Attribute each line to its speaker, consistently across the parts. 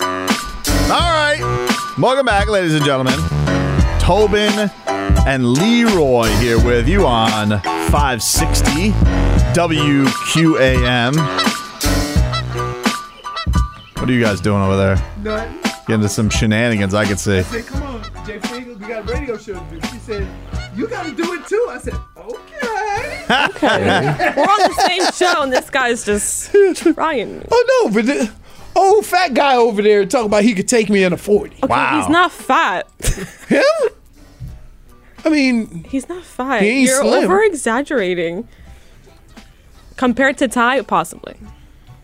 Speaker 1: All right. Welcome back, ladies and gentlemen. Tobin and Leroy here with you on 560 WQAM. What are you guys doing over there?
Speaker 2: None.
Speaker 1: Getting into some shenanigans, I could see.
Speaker 2: I said, come on, Jay Fagel, we got a radio show to do. She said, you got to do it too. I said, okay.
Speaker 3: We're on the same show, and this guy's just trying. me.
Speaker 4: Oh no, but the old fat guy over there talking about he could take me in a forty.
Speaker 1: Wow.
Speaker 3: He's not fat.
Speaker 4: Him? I mean,
Speaker 3: He's not fat.
Speaker 4: He ain't
Speaker 3: You're
Speaker 4: slim.
Speaker 3: over exaggerating. Compared to Ty, possibly.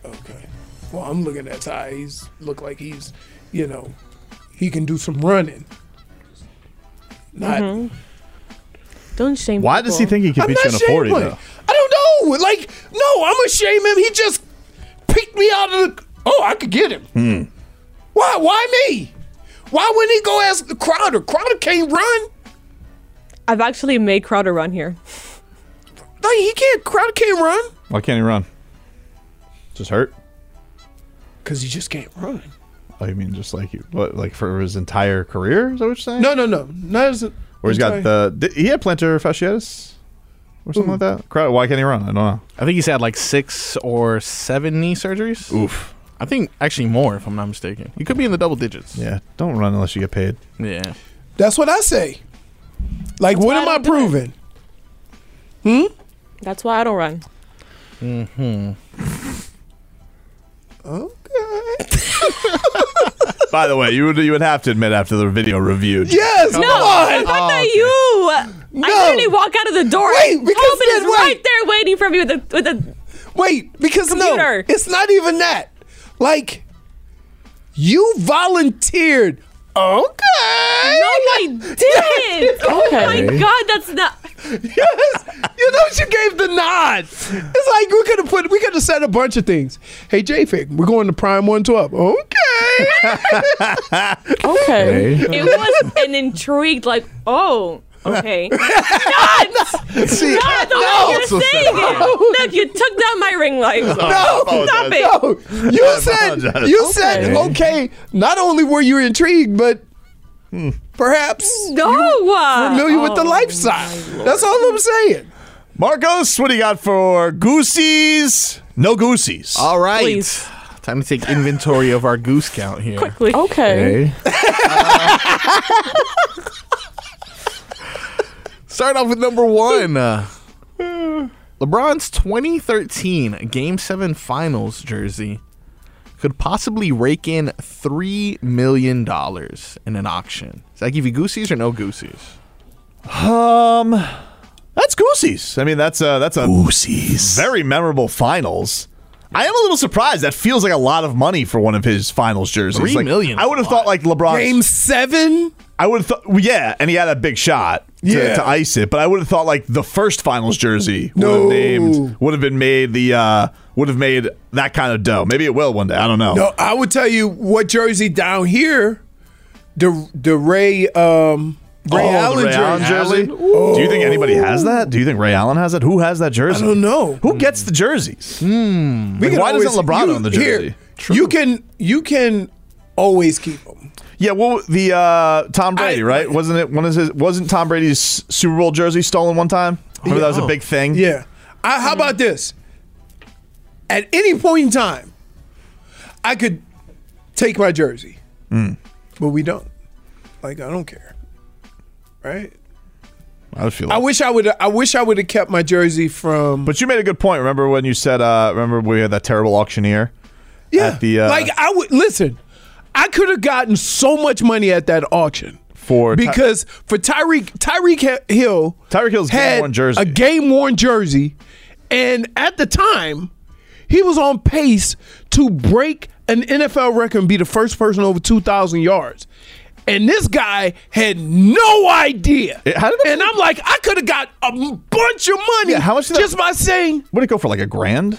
Speaker 4: okay. Well, I'm looking at Ty. He's look like he's, you know, he can do some running. Not.
Speaker 2: Mm-hmm.
Speaker 3: Don't shame
Speaker 1: Why does he
Speaker 3: people.
Speaker 1: think he can
Speaker 4: I'm
Speaker 1: beat
Speaker 4: not
Speaker 1: you in a 40,
Speaker 4: shaming
Speaker 1: though?
Speaker 4: him. I don't know. Like, no, I'm gonna shame him. He just picked me out of the. Oh, I could get him.
Speaker 1: Hmm.
Speaker 4: Why? Why me? Why wouldn't he go ask the Crowder? Crowder can't run.
Speaker 3: I've actually made Crowder run here.
Speaker 4: Like he can't. Crowder can't run.
Speaker 1: Why can't he run? Just hurt?
Speaker 4: Cause he just can't run.
Speaker 1: I mean, just like you, what, like for his entire career? Is that what you're saying?
Speaker 4: No, no, no. Not as. a-
Speaker 1: Or he's got
Speaker 4: I'm sorry.
Speaker 1: the di- he had plantar fasciitis or something like that. Crowd, why can't he run? I don't know.
Speaker 5: I think he's had like six or seven knee surgeries.
Speaker 1: Oof.
Speaker 5: I think actually more, if I'm not mistaken. He could be in the double digits.
Speaker 1: Yeah, don't run unless you get paid.
Speaker 5: Yeah.
Speaker 4: That's what I say. Like, what
Speaker 3: why
Speaker 4: am
Speaker 3: I
Speaker 4: I
Speaker 3: don't do it.
Speaker 4: proving?
Speaker 3: That's why I don't run.
Speaker 1: By the way, you would you would have to admit after the video review.
Speaker 4: Yes.
Speaker 3: No,
Speaker 4: Come on.
Speaker 3: not that you. I
Speaker 4: No.
Speaker 3: literally walk out of the door.
Speaker 4: Wait,
Speaker 3: and
Speaker 4: because
Speaker 3: Tobin
Speaker 4: then
Speaker 3: is
Speaker 4: wait.
Speaker 3: right there waiting for me with a with a.
Speaker 4: Wait, because
Speaker 3: Computer.
Speaker 4: no, it's not even that. Like, you volunteered. Okay.
Speaker 3: No, I didn't. Oh my god, that's not.
Speaker 4: Yes. You know she gave the nod. It's like we could have put we could have said a bunch of things. Hey J Fig, we're going to Prime 112. Okay.
Speaker 3: Okay. It was an intrigued, like, oh, okay. Not,
Speaker 4: See,
Speaker 3: not the
Speaker 4: no.
Speaker 3: way you're saying it. Look, you took down my ring light.
Speaker 4: No,
Speaker 3: Stop it.
Speaker 4: no. You said
Speaker 1: apologize.
Speaker 4: you said okay. Not only were you intrigued, but
Speaker 3: Hmm.
Speaker 4: perhaps
Speaker 3: No. uh,
Speaker 4: familiar with the
Speaker 3: oh.
Speaker 4: lifestyle. That's all I'm saying.
Speaker 1: Marcos, what do you got for goosies? No goosies.
Speaker 5: All right.
Speaker 3: Please.
Speaker 5: Time to take inventory of our goose count here.
Speaker 3: Quickly. Okay.
Speaker 5: Start off with number one. Uh, LeBron's 2013 Game 7 Finals jersey could possibly rake in $3 million in an auction. Does that give you goosies or no goosies?
Speaker 1: Um, that's goosies. I mean, that's a that's a goosies. Very memorable finals. I am a little surprised. That feels like a lot of money for one of his finals jerseys.
Speaker 5: Three
Speaker 1: Like,
Speaker 5: million is
Speaker 1: I would have
Speaker 5: a
Speaker 1: thought
Speaker 5: lot.
Speaker 1: like LeBron.
Speaker 4: Game seven.
Speaker 1: I would have thought, well, yeah, and he had a big shot to,
Speaker 4: Yeah.
Speaker 1: to ice it. But I would have thought like the first finals jersey would
Speaker 4: No.
Speaker 1: have named would have been made the uh, would have made that kind of dough. Maybe it will one day. I don't know.
Speaker 4: No, I would tell you what jersey down here, the the Ray um
Speaker 1: Oh,
Speaker 4: Ray
Speaker 1: the
Speaker 4: Allen
Speaker 1: Ray Allen
Speaker 4: jersey.
Speaker 1: jersey. Do you think anybody has that? Do you think Ray Allen has that? Who has that jersey?
Speaker 4: I don't know.
Speaker 1: Who gets the jerseys?
Speaker 4: We can
Speaker 1: why doesn't
Speaker 4: always-
Speaker 1: LeBron
Speaker 4: you-
Speaker 1: own the
Speaker 4: here,
Speaker 1: jersey?
Speaker 4: You can you can always keep them.
Speaker 1: Yeah, well, the uh, Tom Brady,
Speaker 4: I-
Speaker 1: right? Wasn't it one of his? Wasn't Tom Brady's Super Bowl jersey stolen one time? Remember that was a big thing.
Speaker 4: Yeah. I, how about this? At any point in time, I could take my jersey,
Speaker 1: Mm.
Speaker 4: but we don't. Like I don't care, right?
Speaker 1: I would feel.
Speaker 4: I
Speaker 1: like-
Speaker 4: wish I would. I wish I would have kept my jersey from.
Speaker 1: But you made a good point. Remember when you said? Uh, remember we had that terrible auctioneer.
Speaker 4: yeah,
Speaker 1: at the, uh,
Speaker 4: like I would listen. I could have gotten so much money at that auction
Speaker 1: For Ty-
Speaker 4: because for Tyreek Tyreek Hi- Hill
Speaker 1: Tyreek Hill's
Speaker 4: had
Speaker 1: game-worn jersey.
Speaker 4: a game worn jersey, and at the time he was on pace to break an NFL record and be the first person over two thousand yards. And this guy had no idea.
Speaker 1: Yeah, how did that-
Speaker 4: and I'm like, I could have got a m- bunch of money
Speaker 1: Yeah, how much did that-
Speaker 4: just by saying,
Speaker 1: What did it go for? Like a grand?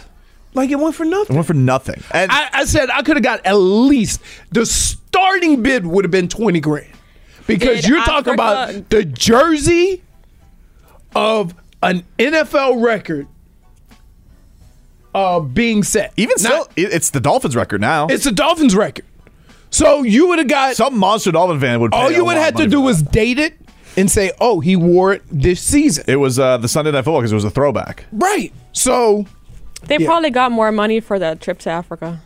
Speaker 4: like, it went for nothing.
Speaker 1: It went for nothing. And
Speaker 4: I, I said I could have got at least the starting bid would have been twenty grand because
Speaker 3: Did
Speaker 4: you're
Speaker 3: I
Speaker 4: talking
Speaker 3: forgot?
Speaker 4: about the jersey of an NFL record uh, being set.
Speaker 1: even still,
Speaker 4: Not-
Speaker 1: it- it's the Dolphins record now.
Speaker 4: it's the Dolphins record. So you would have got
Speaker 1: Some monster Dolphin fan would. Pay
Speaker 4: all
Speaker 1: a
Speaker 4: you
Speaker 1: lot
Speaker 4: would
Speaker 1: of
Speaker 4: have to
Speaker 1: money
Speaker 4: do
Speaker 1: for
Speaker 4: was
Speaker 1: that.
Speaker 4: date it and say, "Oh, he wore it this season."
Speaker 1: It was uh, the Sunday Night Football because it was a throwback.
Speaker 4: right. So
Speaker 3: They probably got more money for that trip to Africa.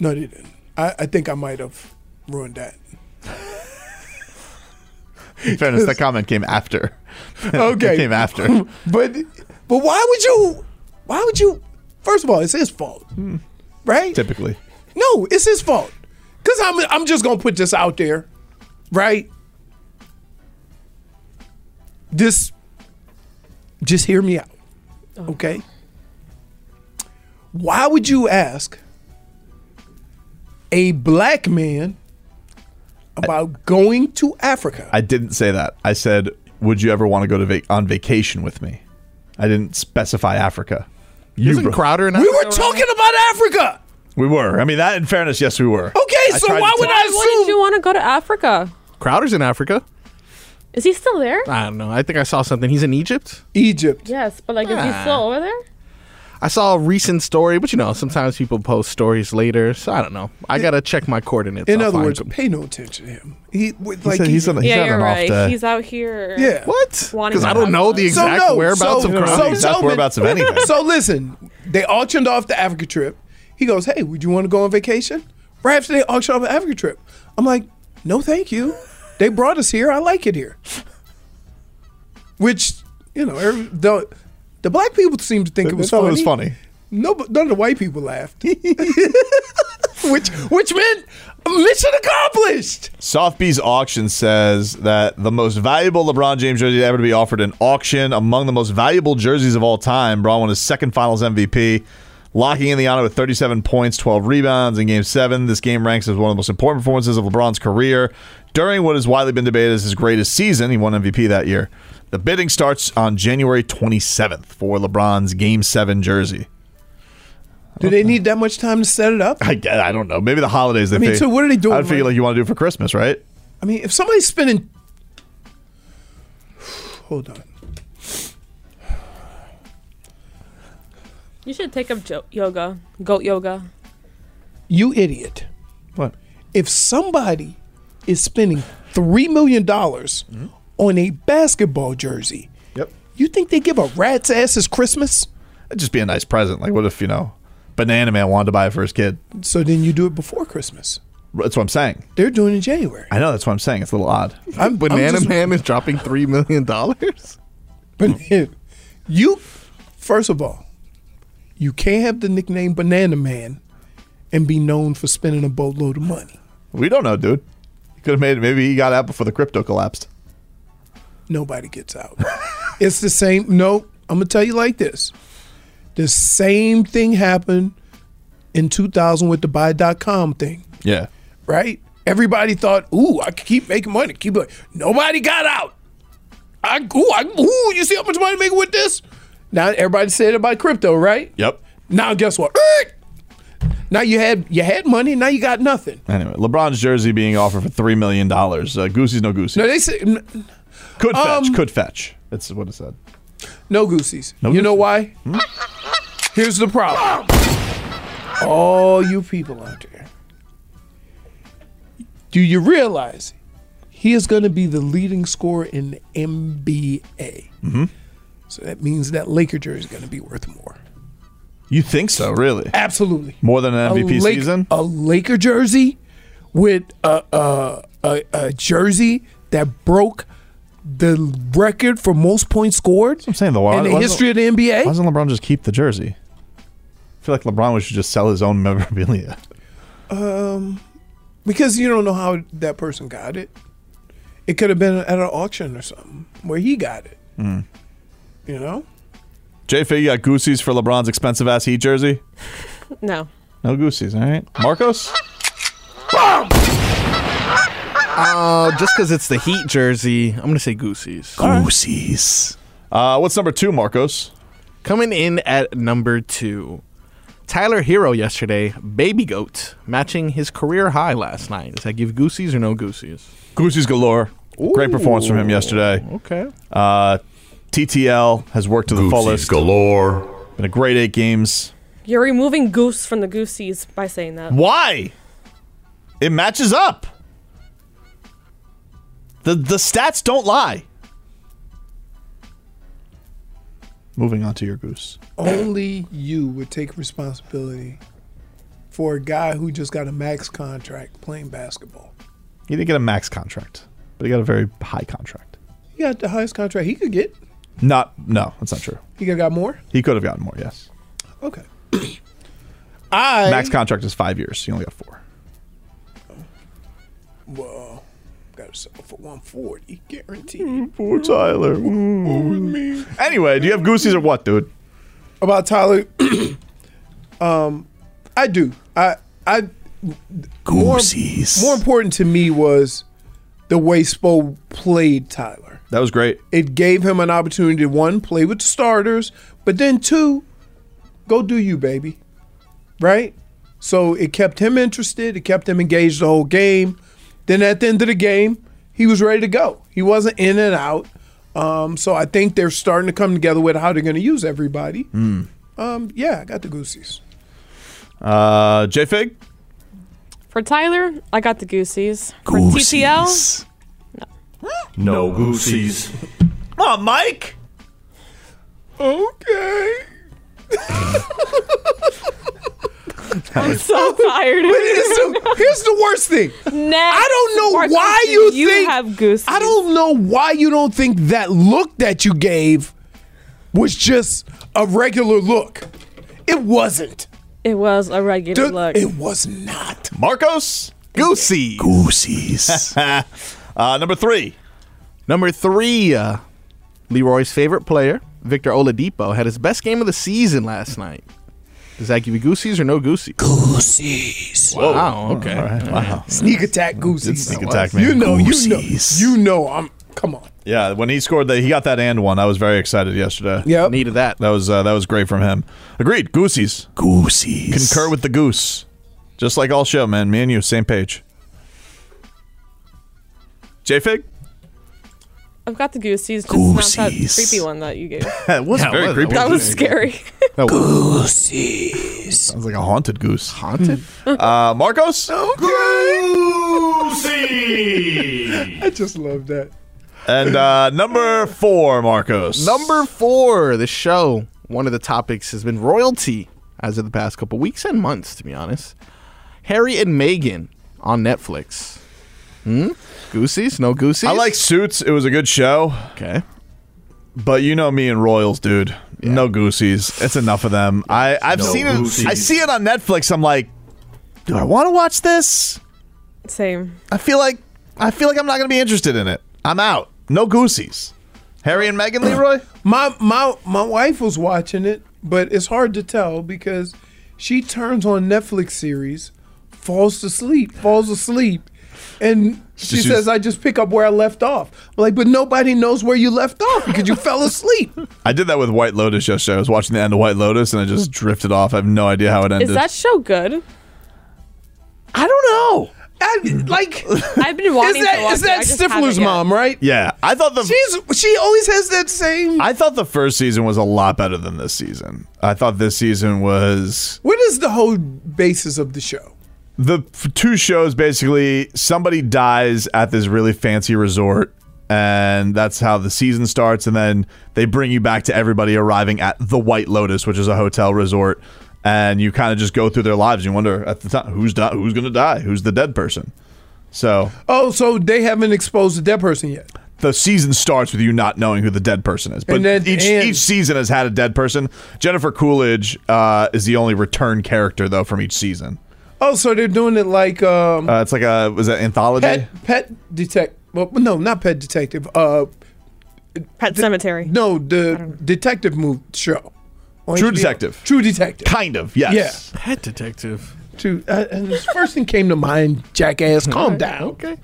Speaker 4: no, they didn't. I, I think I might have ruined that.
Speaker 1: In fairness, that comment came after.
Speaker 4: Okay.
Speaker 1: it came after.
Speaker 4: But but why would you? Why would you? First of all, it's his fault, right?
Speaker 1: Typically,
Speaker 4: No, it's his fault. Cause I'm I'm just gonna put this out there, right? This. Just hear me out,
Speaker 3: Oh.
Speaker 4: okay? Why would you ask a black man about going to Africa?
Speaker 1: I didn't say that. I said, "Would you ever want to go to vac- on vacation with me?" I didn't specify Africa. You
Speaker 5: Isn't
Speaker 1: bro-
Speaker 5: Crowder and
Speaker 4: we were talking about Africa,
Speaker 1: We were. I mean, that. In fairness, yes, we were.
Speaker 4: okay?
Speaker 1: I
Speaker 4: so
Speaker 1: tried
Speaker 4: why
Speaker 1: to
Speaker 4: would
Speaker 1: tell-
Speaker 4: I
Speaker 3: Why wouldn't
Speaker 4: assume?
Speaker 3: you want to go to Africa?
Speaker 5: Crowder's in Africa.
Speaker 3: Is he still there?
Speaker 5: I don't know. I think I saw something. He's in Egypt.
Speaker 4: Egypt.
Speaker 3: Yes, but like, is he still over there?
Speaker 5: I saw a recent story, but you know, sometimes people post stories later, so I don't know. I gotta check my coordinates.
Speaker 4: In
Speaker 5: I'll
Speaker 4: other
Speaker 5: find
Speaker 4: words,
Speaker 5: them.
Speaker 4: pay no attention to him. He with,
Speaker 1: He
Speaker 4: like
Speaker 1: said he's
Speaker 4: he-
Speaker 1: on, he's
Speaker 3: yeah,
Speaker 1: had
Speaker 3: you're
Speaker 1: an
Speaker 3: right.
Speaker 1: off day.
Speaker 3: He's out here.
Speaker 4: Yeah.
Speaker 5: what?
Speaker 3: Wanting
Speaker 5: Because I
Speaker 3: to
Speaker 5: don't know
Speaker 3: have
Speaker 5: the
Speaker 3: fun.
Speaker 5: exact
Speaker 4: so no,
Speaker 5: whereabouts
Speaker 4: so,
Speaker 5: of
Speaker 1: Crowder.
Speaker 4: So
Speaker 5: Crowder.
Speaker 1: Exact
Speaker 4: Tillman-
Speaker 1: whereabouts of anything.
Speaker 4: So listen, they auctioned off the Africa trip. He goes, "Hey, would you want to go on vacation?" Right after they auctioned off the Africa trip, I'm like, "No, thank you. They brought us here. I like it here." Which you know, every, the the black people seem to think it was
Speaker 1: thought
Speaker 4: funny.
Speaker 1: it was funny.
Speaker 4: No, but none of the white people laughed. which which meant mission accomplished.
Speaker 1: Sotheby's auction says that the most valuable LeBron James jersey ever to be offered in auction, among the most valuable jerseys of all time, Braun won his second Finals MVP, locking in the honor with 37 points, 12 rebounds in Game Seven. This game ranks as one of the most important performances of LeBron's career during what has widely been debated as his greatest season. He won MVP that year. The bidding starts on January 27th for LeBron's Game Seven jersey.
Speaker 4: Do they need that much time to set it up?
Speaker 1: I, I don't know. Maybe the holidays. They
Speaker 4: I mean,
Speaker 1: fig-
Speaker 4: so what are they doing,
Speaker 1: I'd figure
Speaker 4: like-
Speaker 1: like you want to do it for Christmas, right?
Speaker 4: I mean, if somebody's spending. Hold on.
Speaker 3: You should take up jo- yoga, goat yoga.
Speaker 4: You idiot.
Speaker 1: What?
Speaker 4: If somebody is spending $3 million on a basketball jersey,
Speaker 1: Yep.
Speaker 4: you think they give a rat's ass as Christmas?
Speaker 1: It'd just be a nice present. Like, what if you know, Banana Man wanted to buy it for his kid?
Speaker 4: So then you do it before Christmas.
Speaker 1: That's what I'm saying.
Speaker 4: They're doing it in January.
Speaker 1: I know that's what I'm saying. It's a little odd.
Speaker 4: I'm
Speaker 5: Banana
Speaker 4: just-
Speaker 5: Man is dropping three million dollars.
Speaker 4: Banana. You, first of all, you can't have the nickname Banana Man and be known for spending a boatload of money.
Speaker 1: We don't know, dude. He could have made it. Maybe he got out before the crypto collapsed.
Speaker 4: nobody gets out. it's the same. No, I'm gonna tell you like this: the same thing happened in 2000 with the buy.com thing,
Speaker 1: Yeah.
Speaker 4: right? Everybody thought, "Ooh, I can keep making money." Keep it. Nobody got out. I ooh, I, ooh, you see how much money I'm making with this? Now everybody said about crypto, right?
Speaker 1: Yep.
Speaker 4: Now guess what? Eh! Now you had you had money. Now you got nothing.
Speaker 1: Anyway, LeBron's jersey being offered for three million dollars. Uh, Goosey's no goosey.
Speaker 4: No, they said
Speaker 1: could
Speaker 4: um,
Speaker 1: fetch. Could fetch. That's what it said.
Speaker 4: No goosies. you know
Speaker 1: goosies. Hmm?
Speaker 4: why? Here's the problem. All you people out there, do you realize he is going to be the leading scorer in the NBA?
Speaker 1: Mm-hmm.
Speaker 4: So that means that Laker jersey is going to be worth more.
Speaker 1: You think so? Really?
Speaker 4: Absolutely.
Speaker 1: More than an
Speaker 4: A
Speaker 1: MVP
Speaker 4: Lake-
Speaker 1: season?
Speaker 4: A Laker jersey with a, a, a, a jersey that broke the record for most points scored
Speaker 1: I'm saying though. Why,
Speaker 4: in the
Speaker 1: why doesn't-
Speaker 4: history of the NBA.
Speaker 1: why doesn't LeBron just keep the jersey? I feel like LeBron should just sell his own memorabilia.
Speaker 4: because you don't know how that person got it. It could have been at an auction or something where he got it. You know?
Speaker 1: J Fig, you got Goosey's for LeBron's expensive ass Heat jersey?
Speaker 3: No.
Speaker 1: No Goosey's, all right. Marcos?
Speaker 5: Uh, just because it's the Heat jersey, I'm gonna say Goosey's.
Speaker 1: Goosey's. Uh, what's number two, Marcos?
Speaker 5: Coming in at number two, Tyler Hero yesterday, baby goat, matching his career high last night. Does that give Goosey's or no Goosey's?
Speaker 1: Goosey's galore. Great performance from him yesterday.
Speaker 5: Okay.
Speaker 1: Uh, TTL has worked to the fullest.
Speaker 6: galore.
Speaker 1: Been a great eight games.
Speaker 3: You're removing goose from the gooseies by saying that.
Speaker 1: Why? It matches up. The the stats don't lie. Moving on to your goose.
Speaker 4: Only you would take responsibility for a guy who just got a max contract playing basketball.
Speaker 1: He didn't get a max contract, but he got a very high contract.
Speaker 4: He got the highest contract he could get.
Speaker 1: Not no, that's not true.
Speaker 4: He could have got more.
Speaker 1: He could have gotten more, yes.
Speaker 4: Okay. I
Speaker 1: Max contract is five years. He only got four.
Speaker 4: Whoa. Got himself for 140, guaranteed.
Speaker 1: Poor Tyler. Anyway, do you have goosies or what, dude?
Speaker 4: About Tyler, um, I do. I I more, more important to me was the way Spo played Tyler.
Speaker 1: That was great.
Speaker 4: It gave him an opportunity to one play with the starters, but then two, go do you, baby, right? So it kept him interested. It kept him engaged the whole game. Then at the end of the game, he was ready to go. He wasn't in and out. Um, so I think they're starting to come together with how they're going to use everybody. Um, yeah, I got the Goosies.
Speaker 1: Uh, J Fig?
Speaker 3: For Tyler, I got the gooseies. For TTL,
Speaker 6: No goosies.
Speaker 1: Come on, Mike.
Speaker 4: Okay.
Speaker 3: I'm so tired.
Speaker 4: Here's the, here's the worst thing.
Speaker 3: Next,
Speaker 4: I don't know
Speaker 3: Marcus,
Speaker 4: why you
Speaker 3: you
Speaker 4: think-
Speaker 3: have goosies.
Speaker 4: I don't know why you don't think that look that you gave was just a regular look. It wasn't.
Speaker 3: It was a regular
Speaker 4: Dude,
Speaker 3: look.
Speaker 4: It was not.
Speaker 1: Marcos?
Speaker 5: Goosey.
Speaker 4: Goosies.
Speaker 1: Uh, number three.
Speaker 5: Number three, uh, Leroy's favorite player, Victor Oladipo, had his best game of the season last night. Does that give you Goosey's or no Goosey's?
Speaker 4: Goosies.
Speaker 5: Wow. Okay.
Speaker 1: Wow.
Speaker 4: Sneak attack goosies.
Speaker 1: sneak attack, man.
Speaker 4: You know,
Speaker 1: Goosies.
Speaker 4: you know, you know. I'm. Come on.
Speaker 1: Yeah, when he scored that, he got that and one. I was very excited yesterday.
Speaker 4: Yep.
Speaker 5: Needed that.
Speaker 1: That was uh, that was great from him. Agreed. Goosey's.
Speaker 4: Goosies.
Speaker 1: Concur with the goose. Just like all show, man. Me and you, same page. J Fig?
Speaker 3: I've got the goosies, just not that
Speaker 4: Goosies.
Speaker 3: creepy one that you gave.
Speaker 1: That was very
Speaker 5: was-
Speaker 1: creepy.
Speaker 5: that
Speaker 3: That was scary.
Speaker 4: Goosies.
Speaker 1: Sounds like a haunted goose.
Speaker 5: Haunted.
Speaker 1: Uh, Marcos?
Speaker 4: I just love that.
Speaker 1: And uh, number four, Marcos.
Speaker 5: Number four, the show. One of the topics has been royalty as of the past couple weeks and months, to be honest. Harry and Meghan on Netflix. Hmm? Goosies? No goosies?
Speaker 1: I like Suits. It was a good show.
Speaker 5: Okay.
Speaker 1: But you know me and Royals, dude. No goosies. It's enough of them. I, I've
Speaker 6: No
Speaker 1: seen
Speaker 6: goosies.
Speaker 1: it. I see it on Netflix. I'm like, do I want to watch this?
Speaker 3: Same.
Speaker 1: I feel like I feel like I'm not gonna be interested in it. I'm out. No goosies. Harry and Meghan Leroy?
Speaker 4: My my my wife was watching it, but it's hard to tell because she turns on Netflix series, falls to sleep, falls asleep, and she
Speaker 1: Just use-
Speaker 4: says, "I just pick up where I left off." I'm like, but nobody knows where you left off because you fell asleep.
Speaker 1: I did that with White Lotus yesterday. I was watching the end of White Lotus and I just drifted off. I have no idea how it ended.
Speaker 3: Is that show good?
Speaker 4: I don't know. I, like, is
Speaker 3: I've been wanting to
Speaker 4: that
Speaker 3: watch
Speaker 4: is that
Speaker 3: it, I just haven't
Speaker 4: Stifler's
Speaker 3: yet.
Speaker 4: mom, right?
Speaker 1: yeah. I thought the
Speaker 4: She's she always has that same.
Speaker 1: I thought the first season was a lot better than this season. I thought this season was
Speaker 4: What is the whole basis of the show?
Speaker 1: the f- two shows basically somebody dies at this really fancy resort and that's how the season starts and then they bring you back to everybody arriving at the White Lotus which is a hotel resort and you kind of just go through their lives you wonder at the time who's di- who's going to die who's the dead person so
Speaker 4: Oh, so they haven't exposed the dead person yet.
Speaker 1: the season starts with you not knowing who the dead person is. But
Speaker 4: And then
Speaker 1: each
Speaker 4: and-
Speaker 1: each season has had a dead person. Jennifer Coolidge uh, is the only return character though from each season.
Speaker 4: Oh, so they're doing it like um,
Speaker 1: Uh, it's like a was that anthology?
Speaker 4: pet pet detect Well, no, not Pet Detective. Uh,
Speaker 3: Pet Cemetery.
Speaker 4: no, the detective move show. on
Speaker 1: True
Speaker 4: HBO.
Speaker 1: Detective.
Speaker 4: True Detective.
Speaker 1: Kind of, yes.
Speaker 7: Pet detective.
Speaker 4: True. Uh, and the first thing came to mind, jackass. Calm down. Mm-hmm. Okay.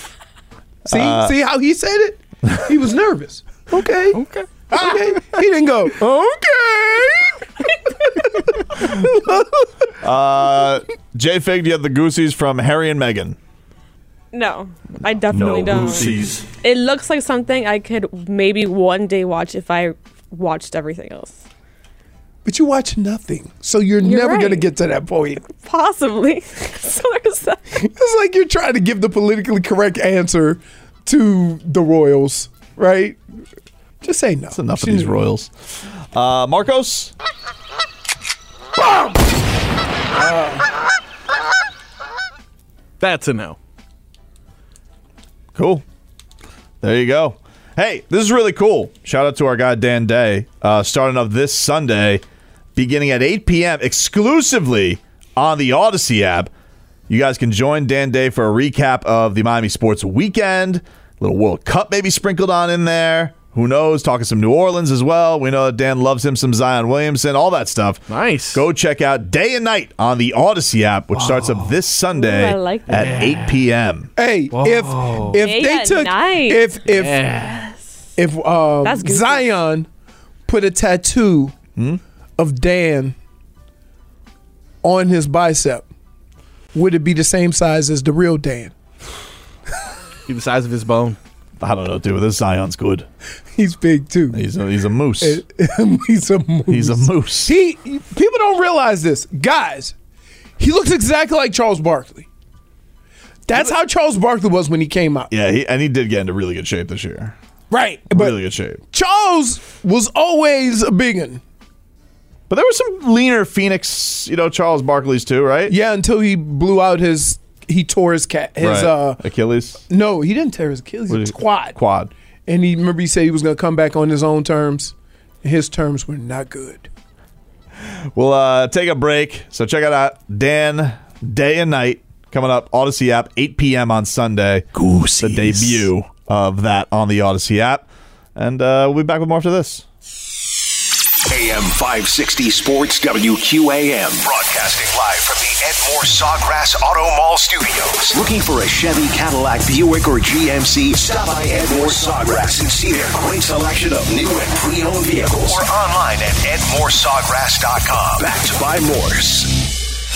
Speaker 4: See,
Speaker 1: Uh,
Speaker 4: see how he said it. He was nervous. Okay. Okay. Okay. He didn't go.
Speaker 1: Oh.
Speaker 4: Okay.
Speaker 1: Uh, J Fig, do you have the Gooseys from Harry and Meghan?
Speaker 3: No, I definitely
Speaker 8: No
Speaker 3: don't.
Speaker 8: Gooseys.
Speaker 3: It looks like something I could maybe one day watch if I watched everything else.
Speaker 4: But you watch nothing, so you're, never gonna
Speaker 3: right.
Speaker 4: get to that point.
Speaker 3: Possibly. so there's that.
Speaker 4: It's like you're trying to give the politically correct answer to the royals, right? Just say no. That's
Speaker 1: Enough of these Royals. Uh, Marcos?
Speaker 7: That's a no.
Speaker 1: Cool. There you go. Hey, this is really cool. Shout out to our guy Dan Day. Uh, starting up this Sunday, beginning at 8 p.m. exclusively on the Odyssey app. You guys can join Dan Day for a recap of the Miami Sports Weekend. little World Cup maybe sprinkled on in there. Who knows? Talking some New Orleans as well. We know that Dan loves him some Zion Williamson, all that stuff.
Speaker 7: Nice.
Speaker 1: Go check out Day and Night on the Odyssey app, which starts up this Sunday
Speaker 3: Ooh, I like that.
Speaker 1: at 8 p.m.
Speaker 4: Hey, if if
Speaker 3: Hey,
Speaker 4: they
Speaker 3: yeah,
Speaker 4: took
Speaker 3: nice.
Speaker 4: if if
Speaker 1: Eh.
Speaker 4: if um,
Speaker 3: That's goofy.
Speaker 4: Zion put a tattoo
Speaker 1: Hmm?
Speaker 4: of Dan on his bicep, would it be the same size as the real Dan?
Speaker 7: Be the size of his bone.
Speaker 1: I don't know, dude. This Zion's good.
Speaker 4: He's big too.
Speaker 1: He's a, he's a moose.
Speaker 4: He's a moose.
Speaker 1: He's a moose.
Speaker 4: He people don't realize this, guys. He looks exactly like Charles Barkley. That's how Charles Barkley was when he came out.
Speaker 1: yeah, he, and he did get into really good shape this year.
Speaker 4: Right, but
Speaker 1: really good shape.
Speaker 4: Charles was always a big one.
Speaker 1: But there was some leaner Phoenix, you know, Charles Barkley's too, right?
Speaker 4: Yeah, until he blew out his he tore his cat his
Speaker 1: Right.
Speaker 4: uh
Speaker 1: Achilles.
Speaker 4: no, he didn't tear his Achilles,
Speaker 1: What is
Speaker 4: his
Speaker 1: it?
Speaker 4: quad.
Speaker 1: Quad.
Speaker 4: And he remember he said he was gonna come back on his own terms. His terms were not good.
Speaker 1: We'll uh, take a break. So check it out Dan Day and Night coming up Odyssey app 8 p.m. on Sunday. Goose. The debut of that on the Odyssey app, and uh, we'll be back with more after this.
Speaker 9: AM 560 Sports WQAM. Broadcasting live from the Edmore Sawgrass Auto Mall Studios. Looking for a Chevy, Cadillac, Buick, or GMC? Stop by Edmore Sawgrass and see their great selection of new and pre owned vehicles. Or online at edmoresawgrass.com. Backed by Morse.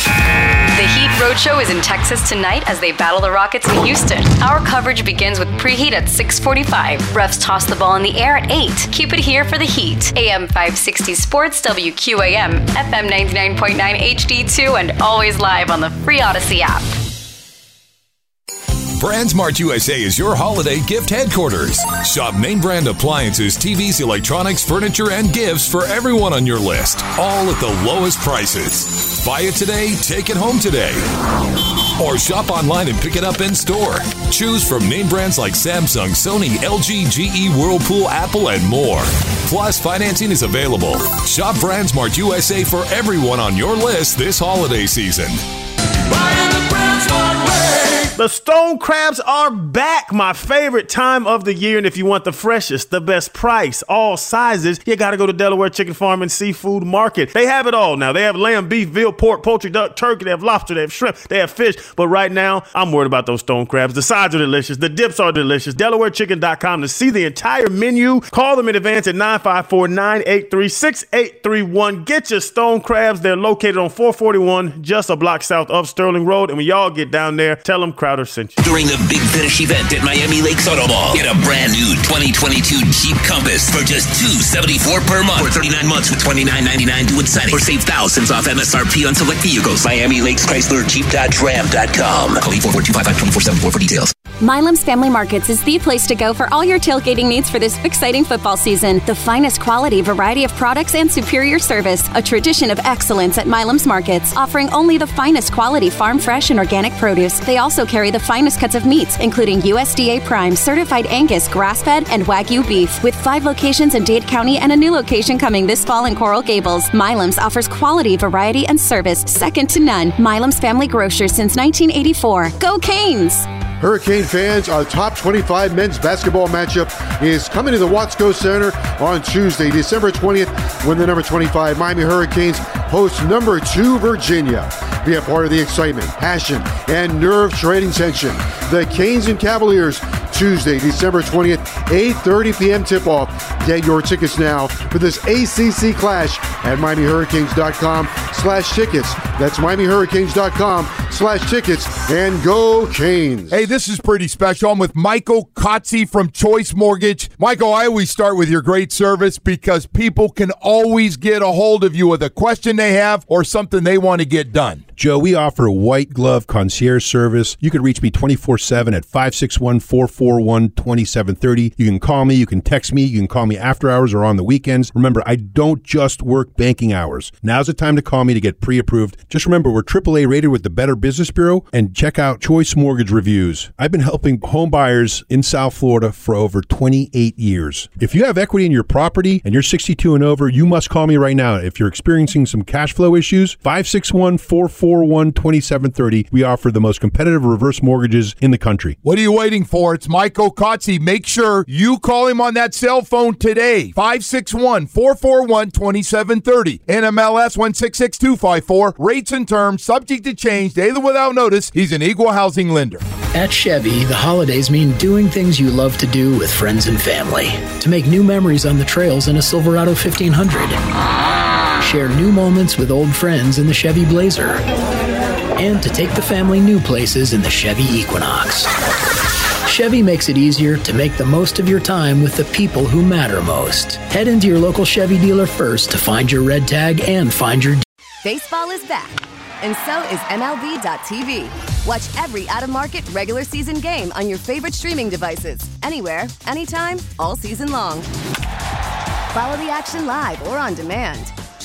Speaker 10: The Heat Roadshow is in Texas tonight as they battle the Rockets in Houston. Our coverage begins with preheat at 6:45. Refs toss the ball in the air at 8. Keep it here for the Heat. AM 560 Sports WQAM, FM 99.9 HD2, and always live on the free Odyssey app.
Speaker 11: BrandSmart USA is your holiday gift headquarters. Shop name brand appliances, TVs, electronics, furniture, and gifts for everyone on your list, all at the lowest prices. Buy it today, take it home today. Or shop online and pick it up in store. Choose from name brands like Samsung, Sony, LG, GE, E, Whirlpool, Apple, and more. Plus, financing is available. Shop BrandSmart USA for everyone on your list this holiday season.
Speaker 5: The stone crabs are back, my favorite time of the year. And if you want the freshest, the best price, all sizes, you got to go to Delaware Chicken Farm and Seafood Market. They have it all now. They have lamb, beef, veal, pork, poultry, duck, turkey. They have lobster, they have shrimp, they have fish. But right now, I'm worried about those stone crabs. The sides are delicious, the dips are delicious. DelawareChicken.com to see the entire menu. Call them in advance at 954 983 6831. Get your stone crabs. They're located on 441, just a block south of Sterling Road. And when y'all get down there, tell them Crowder sent you.
Speaker 12: During the Big Finish event at Miami Lakes Auto Mall, get a brand new 2022 Jeep Compass for just $274 per month for 39 months with $29.99 due at signing. Or save thousands off MSRP on select vehicles. Miami Lakes Chrysler Jeep Dodge Ram.com. Call 844-255-2474 for details.
Speaker 10: Milam's Family Markets is the place to go for all your tailgating needs for this exciting football season. The finest quality, variety of products, and superior service. A tradition of excellence at Milam's Markets, offering only the finest quality farm fresh and organic produce. They also carry the finest cuts of meats, including USDA Prime, certified Angus, grass fed, and Wagyu beef, with five locations in Dade County and a new location coming this fall in Coral Gables. Milam's offers quality, variety, and service second to none. Milam's Family Grocers since 1984. Go Canes!
Speaker 13: Hurricane fans, our top 25 men's basketball matchup is coming to the Watsco Center on Tuesday, December 20th, when the number 25 Miami Hurricanes host number 2 Virginia. Be a part of the excitement, passion, and nerve-training tension. The Canes and Cavaliers, Tuesday, December 20th, 8.30 p.m. tip-off. Get your tickets now for this ACC clash at MiamiHurricanes.com slash tickets. That's MiamiHurricanes.com slash tickets. And go Canes.
Speaker 11: Hey, this is pretty special. I'm with Michael Kotze from Choice Mortgage. Michael, I always start with your great service because people can always get a hold of you with a question they have or something they want to get done.
Speaker 4: Joe, we offer white glove concierge service. You can reach me 24 7 at 561 441 2730. You can call me, you can text me, you can call me after hours or on the weekends. Remember, I don't just work banking hours. Now's the time to call me to get pre approved. Just remember, we're AAA rated with the Better Business Bureau and check out Choice Mortgage Reviews. I've been helping home buyers in South Florida for over 28 years. If you have equity in your property and you're 62 and over, you must call me right now. If you're experiencing some cash flow issues, 561 441 2730. We offer the most competitive reverse mortgages in the country.
Speaker 11: What are you waiting for? It's Michael Kotze. Make sure you call him on that cell phone today 561 441 2730. NMLS 166254. Rates and terms subject to change daily without notice. He's an equal housing lender.
Speaker 9: At Chevy, the holidays mean doing things you love to do with friends and family. To make new memories on the trails in a Silverado 1500. Share new moments with old friends in the Chevy Blazer. And to take the family new places in the Chevy Equinox. Chevy makes it easier to make the most of your time with the people who matter most. Head into your local Chevy dealer first to find your red tag and find your.
Speaker 10: Baseball is back, and so is MLB.tv. Watch every out of market regular season game on your favorite streaming devices, anywhere, anytime, all season long. Follow the action live or on demand.